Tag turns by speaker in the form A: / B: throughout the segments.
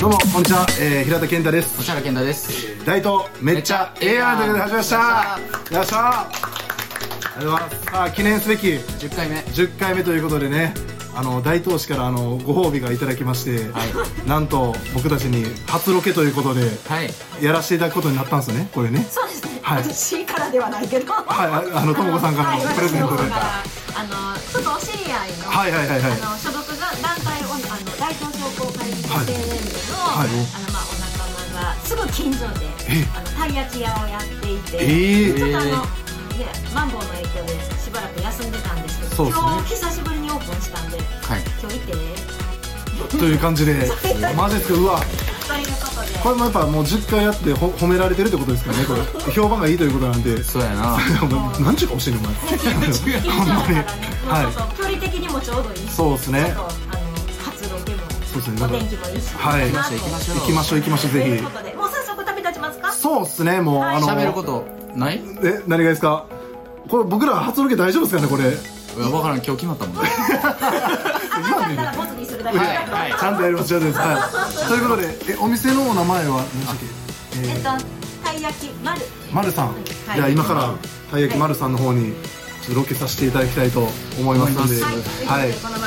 A: どうもこんにちは、えー、平田健太です
B: おしゃれ健太です。
A: 大東めっちゃええやんということで始めましたよっしゃありがとうございますさあ記念すべき
B: 10回目。
A: 10回目ということでねあの大東市からあのご褒美がいただきまして、
B: は
A: なんと僕たちに初ロケということで
B: はい。
A: やらせていただくことになったんですよねこれね
C: そうですね、
A: はい
C: 私からではないけど
A: はいああのともこさんからのプレゼントで
C: はい私の方からあのちょっとお知り合いの,、
A: はいはいはいはい
C: あの所属が団体をあの大東商工会議所
A: はい
C: 青年
A: はい
C: 部の,、あのまあ、お仲間がすぐ近所で
A: え
C: あのたい焼き屋をやっていて、
A: えー
C: ちょっとあの、ね、マンボウの影響でしばらく休んでたんですけど
A: そうですね
C: 今日久しぶりにオープンしたんで
B: はい。
C: 今日行ってね
A: という感じでマジですかうわ
C: ということで
A: これもやっぱもう10回やってほ褒められてるってことですからねこれ評判がいいということなんで
B: そうやな。
A: お前 何時か教えるお前
C: 近所
A: ほん
C: だ
A: ま
C: か
A: に
C: らね、まあ
A: はい
C: そうそう距離的にもちょうどいいし
A: そうですね
C: ちょっとあの活動でも
A: そうですね
C: お天気もいいし
A: はい
C: いいなと
B: 行きましょう
A: 行きましょう行きましょう
C: と
A: ぜ
C: い
A: ひ
C: うことでもう早速旅立ちますか
A: そうっすねもう、
C: はい
A: あの
B: 喋ることない？い
A: え何がですかこれ僕ら初ロケ大丈夫ですかねこれ
B: やわからん。今日決まったもんね。
C: 頭だったらボツにするだけ
B: はいはい
A: ちゃんとやりましょうですはいということでえお店のお名前は何でしたっけえ
C: えっ
A: ー
C: とたい焼き丸
A: まるさん、
C: はい
A: じゃあ今からたい焼きまるさんの方にちょっとロケさせていただきたいと思いますので
C: はい
A: はい、
C: このまま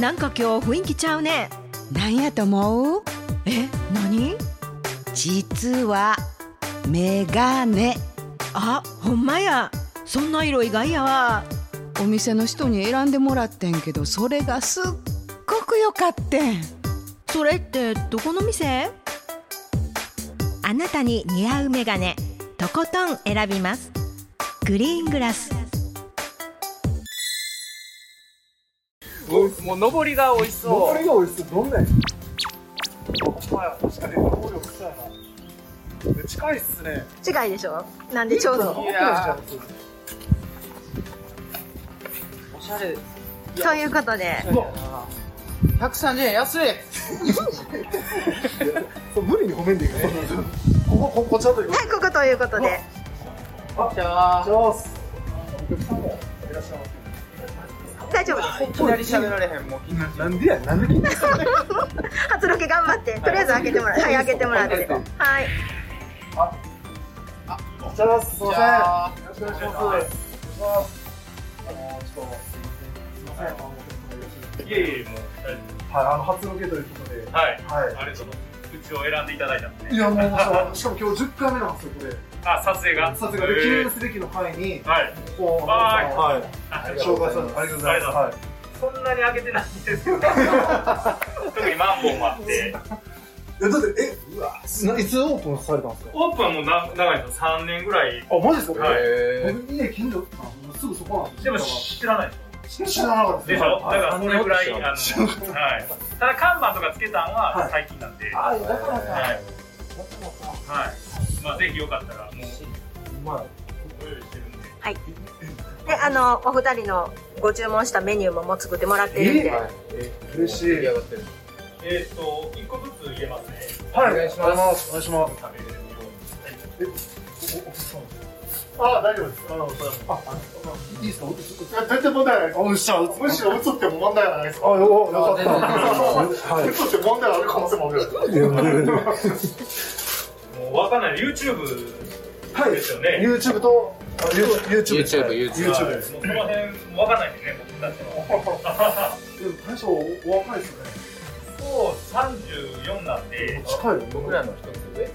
D: なんか今日雰囲気ちゃうねなんやと思うえ、何実はメガネあ、ほんまやそんな色意外やわお店の人に選んでもらってんけどそれがすっごく良かってんそれってどこの店
E: あなたに似合うメガネとことん選びますグリーングラス
F: もう上りが美味し
A: う
F: そう。
A: が美味しいどんなやつ
F: 確かに能力さ。
A: 近いっすね
D: 近いでしょなんでちょうど
F: いやーおしゃれ。
D: ということで
B: 百三十円安い。
A: そう無理に褒めんでいいからここここちゃんと行こ
D: はい、ここということで
F: じゃあ、
A: うお客さんもいらっしゃいます
D: 大丈夫
F: い
D: です
F: きなり喋られへんもう。
A: なんでやなんで聞いて
D: 初ロケ頑張ってとりあえず開けてもらってはい開けてもらってはい
A: おちゃますすいません
F: あ
A: よろしくお願いしますお願いしますあのちょっとすいませんすいませんあの
G: いえいえ、もう、
A: はいあの初ロケということで
G: はい、
A: は
G: あれちょっと、うちを選んでいただいたんです
A: いい
G: ね。
A: やもうさしかも今日10回目なんですよこれ
G: あ、撮影が。
A: 撮影がで記
G: へ
A: 念
G: ー
A: すべきの回に
G: はい。
A: こう
G: はい
A: はい
G: あ
A: 紹介されてありがとうございますはい
G: そんなに上げてないんですよ。特にマンボウもあって。
A: いやだってえうわないつオープンされたんですか
G: オープンはもうな長いの3年ぐらい。
A: あマジですか
G: はい
A: い僕家近所あのすぐそこなんです
G: で
A: よ
G: も知らないでしょ
A: 知らなかった
G: でし
A: す
G: ょだからそれぐらい、あの、は。
A: 知らない
G: ただ看板とかつけたん
A: は
G: はい最近なんで。は
A: あだからかだから
G: い。
A: か
G: はい。まあぜひよかったら、もう、
A: うまい
G: ご用意してるんで。
D: であのお二人のご注文したメニューももう作ってもらってるんで、
A: 嬉しいはい
G: えっと、1個ずつ入れますね。
A: お願いしますお願いします
G: 食べれるように。
H: あ、大丈夫です。あの、あ、いいですか。全然問題ないです。むしろ、むしろ、つっても問題はないです。
A: あよよかった
H: うつって問題ある可能性もある。
A: は
G: もうわかんない YouTube
A: い
G: ですよね。
A: YouTube とあ YouTube ですね
B: YouTube
A: YouTube です
G: もうこの辺わかんないんでね、僕たちは。
A: でも大将お若いですね
G: もう34なんで、
A: 近いよ僕ら
B: の一つ上。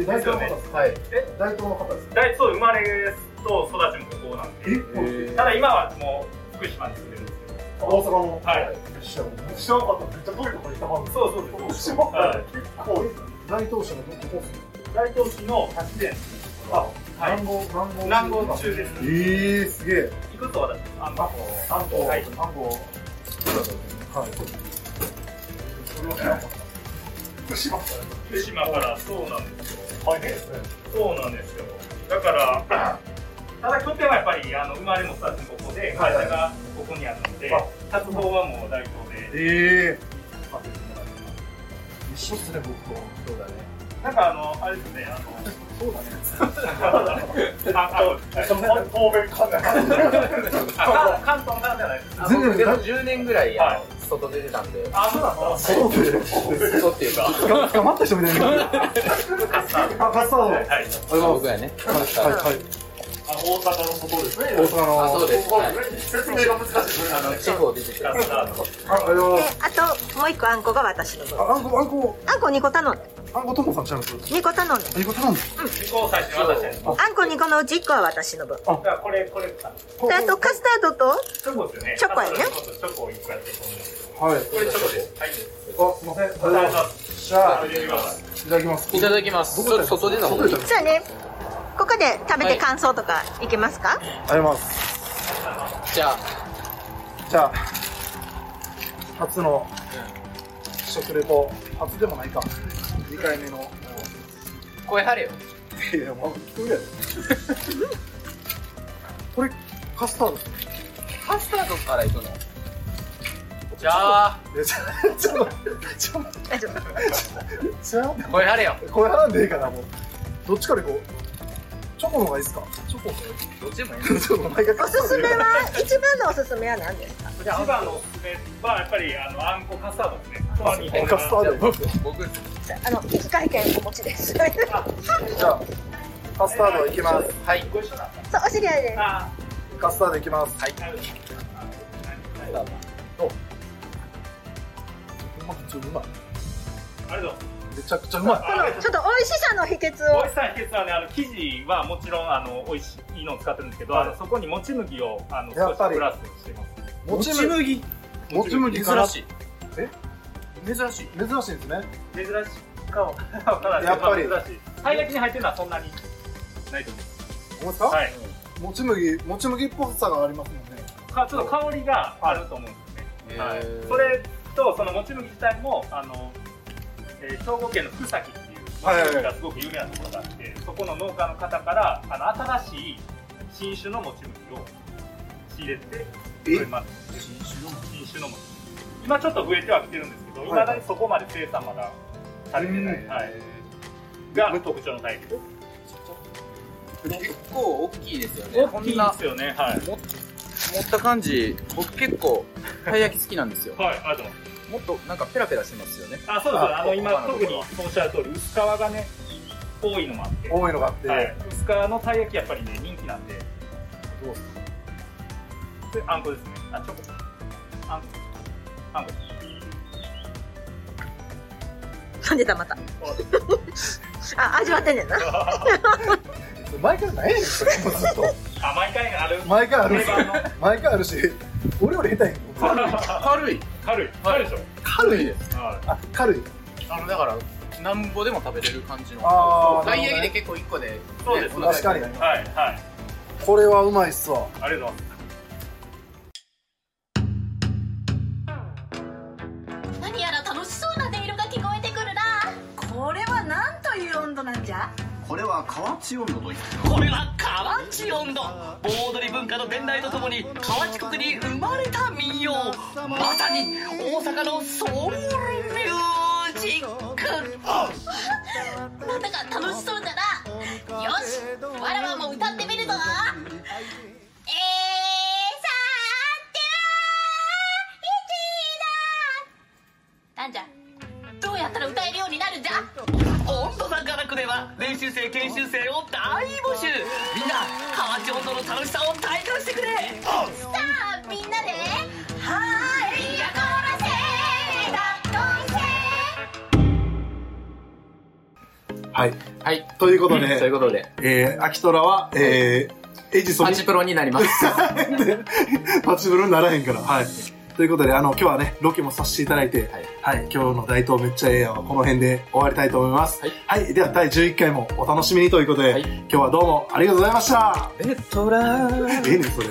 A: 大東の方ですはいえ大東の方です
G: 大そう生まれと育ちもここなんで、
A: え
G: ただ今はもう福島に住んでるんですけど、
H: 大阪の。
G: はい、
A: 知らん
H: 知らなかった。めっちゃ遠いとこ行ったはず。
G: そうそうです。
H: すごい
G: はい
H: こ
A: 大東市のどこです
G: 大東市の八田、は
A: 南
G: い、
A: 郷南郷
G: 南郷中です。
A: ええすげえ
G: いくつ私、あの、
A: 南郷
G: はい
A: 南郷はい
H: それは知らなかった福島から
G: 福島からそうなんですよ
H: 大変ですね
G: そうなんですよだからただ拠点はやっぱりあの生まれも育ちもここで会社がここにあるので
H: あ
G: 活動はもう代表で
H: ええ
G: させてもらってます
H: 一緒っすね僕とそうだね
G: なんかあのあれですねあの
H: そうだね
G: ああそうです
H: そんな方面考え
G: あ関関東なんじゃないですか
A: 全然
F: 僕でも10年ぐらい、
G: は
F: あの外出てたんで、
G: あそうなんです
H: そうだね
F: 外っていうか、
A: 捕まった人みたいな。
H: あカスタード
G: かはい
F: 俺も僕やね。
A: はいはい。
H: あ大阪のことですね
A: 大阪の。
F: あ、そうです。はい。
H: 説明が難しい
G: あの
F: 地方出てて。
G: カスタード
A: あ、あの
E: で、あともう一個あんこが私の分
A: ああんこ、あんこ、
E: あんこ2個頼んで
A: あんこともさんちゃうんですよ。
E: 2個頼んで
A: あんこ頼んで。
G: 自己最初に渡したやつ
E: あんこ2個のうち1個は私の分で
G: じゃあこれこれか
E: あとカスタードと
G: チョコですよね
E: チョコやね
G: チョコを一個やってこんです
A: はい。あ、
G: これチョコですはい
A: すいません。ありがとうございます。じゃあ、
G: 食べてみます
A: いただきます。
F: いただきます。ちょっと外出た方がいい。
E: そうやねここで食べて感想とかいけますか、
A: ありがとうございます。
F: じゃあ、
A: じゃあ、初の食レポ、初でもないか。2回目の。
F: 声張れよ。
A: いや、もう、聞 こえるやろこれ、カスタードですね。
F: カスタードから行くのじゃあ、
A: いやちょちょちょ
E: 大丈夫
A: ちょ
F: 声張れよ。
A: これ払んでいいかなもうどっちから行こうチョコの方がいいですかチョコ
F: どっちでもいい。
A: ちょっとお前が
E: おすすめは一番のおすすめは何ですか
G: 一番のおすすめはやっぱりあのあんこカスタードですね
A: カスタード
F: 僕、
E: あの機械券お持ちですそう
A: じゃあカスタードいきます
F: はい。
G: ご一緒なんだ
E: お知り合いです
G: あ
A: カスタードいきます
G: はい
A: うまいうまい
G: ありがとう
A: めちゃくちゃうまい
G: あ
E: ちょっと美味しさの秘訣
G: 美
E: を
G: 味しさの秘訣はね、あの生地はもちろんあの美味しいのを使ってるんですけど、
A: はい
G: あのそこにもち麦をあの
A: や
G: 少
A: っ
G: し
A: ぱり
G: プラスしてます。
A: もち麦もち麦から
F: 珍しい。
A: え
F: 珍しい。
A: 珍しいんですね
G: 珍しいかも。わからない
A: やっぱり
G: まあ珍しい。たい焼きに入ってるのはそんなにないと思います。
A: 思った、
G: はい。
A: もち麦もち麦っぽさがありますもんね
G: かちょっと香りがあると思うんですよね。
F: は
G: はいい
F: へー。
G: それとそのもち麦自体もあの、えー兵庫県の福崎っていうもち
A: はいはい
G: 麦がすごく有名なところがあって、そこの農家の方からあの新しい新種のもち麦を仕入れてくれます。新種のもち麦今ちょっと増えてはきてるんですけど、いまだにそこまで生産まだされてない。はい。が特徴のタイプです。
F: 結構大きいですよね。
G: 大きいで
F: な
G: すよね。はい。
F: 持った感じ、僕結構、たい焼き好きなんですよ。
G: はい、ありがとうございます。
F: もっとなんかペラペラしてますよね。
G: あ、そうです。
F: あ
G: あの、今、
F: そう
G: 特におっしゃる通り、薄皮がね、多いのもあって。
A: 多いのがあって、
G: はい、薄皮のたい焼き、やっぱりね、人気なんで。
A: どうす
G: で、あんこですね。あ、チョコ。あんこ。あんこ。
E: 噛んでたまたあ味わってんねんな
A: 毎回ないねんそれもうずっと
G: あ、毎回ある。
A: 毎回ある
G: 定
A: し
G: 番の。
A: 毎回あるし俺より下手やん
F: 軽い。
G: 軽い。軽いでし
F: 軽いです。
G: ょ。はい。
A: あ軽い
F: あの、だから、なんぼでも食べれる感じの。
A: あー
F: たい焼きで結構一個で。
G: そうです
F: ねお腹いっ
A: 確
F: ぱ
A: か
F: い
A: に
G: はい、はい。
A: これはうまいっすわ
G: ありがとうございます。
C: 何やら楽しそうな音色が聞こえてくるなこれは何という温度なんじゃ
I: これは河内温度といって
J: これは河内音頭盆踊り文化の伝来とともに河内国に生まれた民謡まさに大阪のソウルミュージック
C: なんだか楽しそうだなよしわらわも歌ってみるぞえー、さーては一だなんじゃどうやったら歌えるようになるんじゃ
J: 音頭さんからくでは練習生研修生を大募集みんな河内音頭の楽しさを体感してくれ
C: さあみんなで「はいやこらせだっといせ」
A: はい
F: はい。
A: ということで、
F: ということで、
A: えー、秋虎は、えー、エジソン
F: パチプロになります。
A: パチブルにならへんから。はい。ということで、あの、今日はね、ロケもさせていただいて、はい、今日の大東めっちゃええやんはこの辺で終わりたいと思います。
F: はい
A: はい。では、第11回もお楽しみにということで、
F: はい
A: 今日はどうもありがとうございました。
F: レトラ
A: ええねん、それ。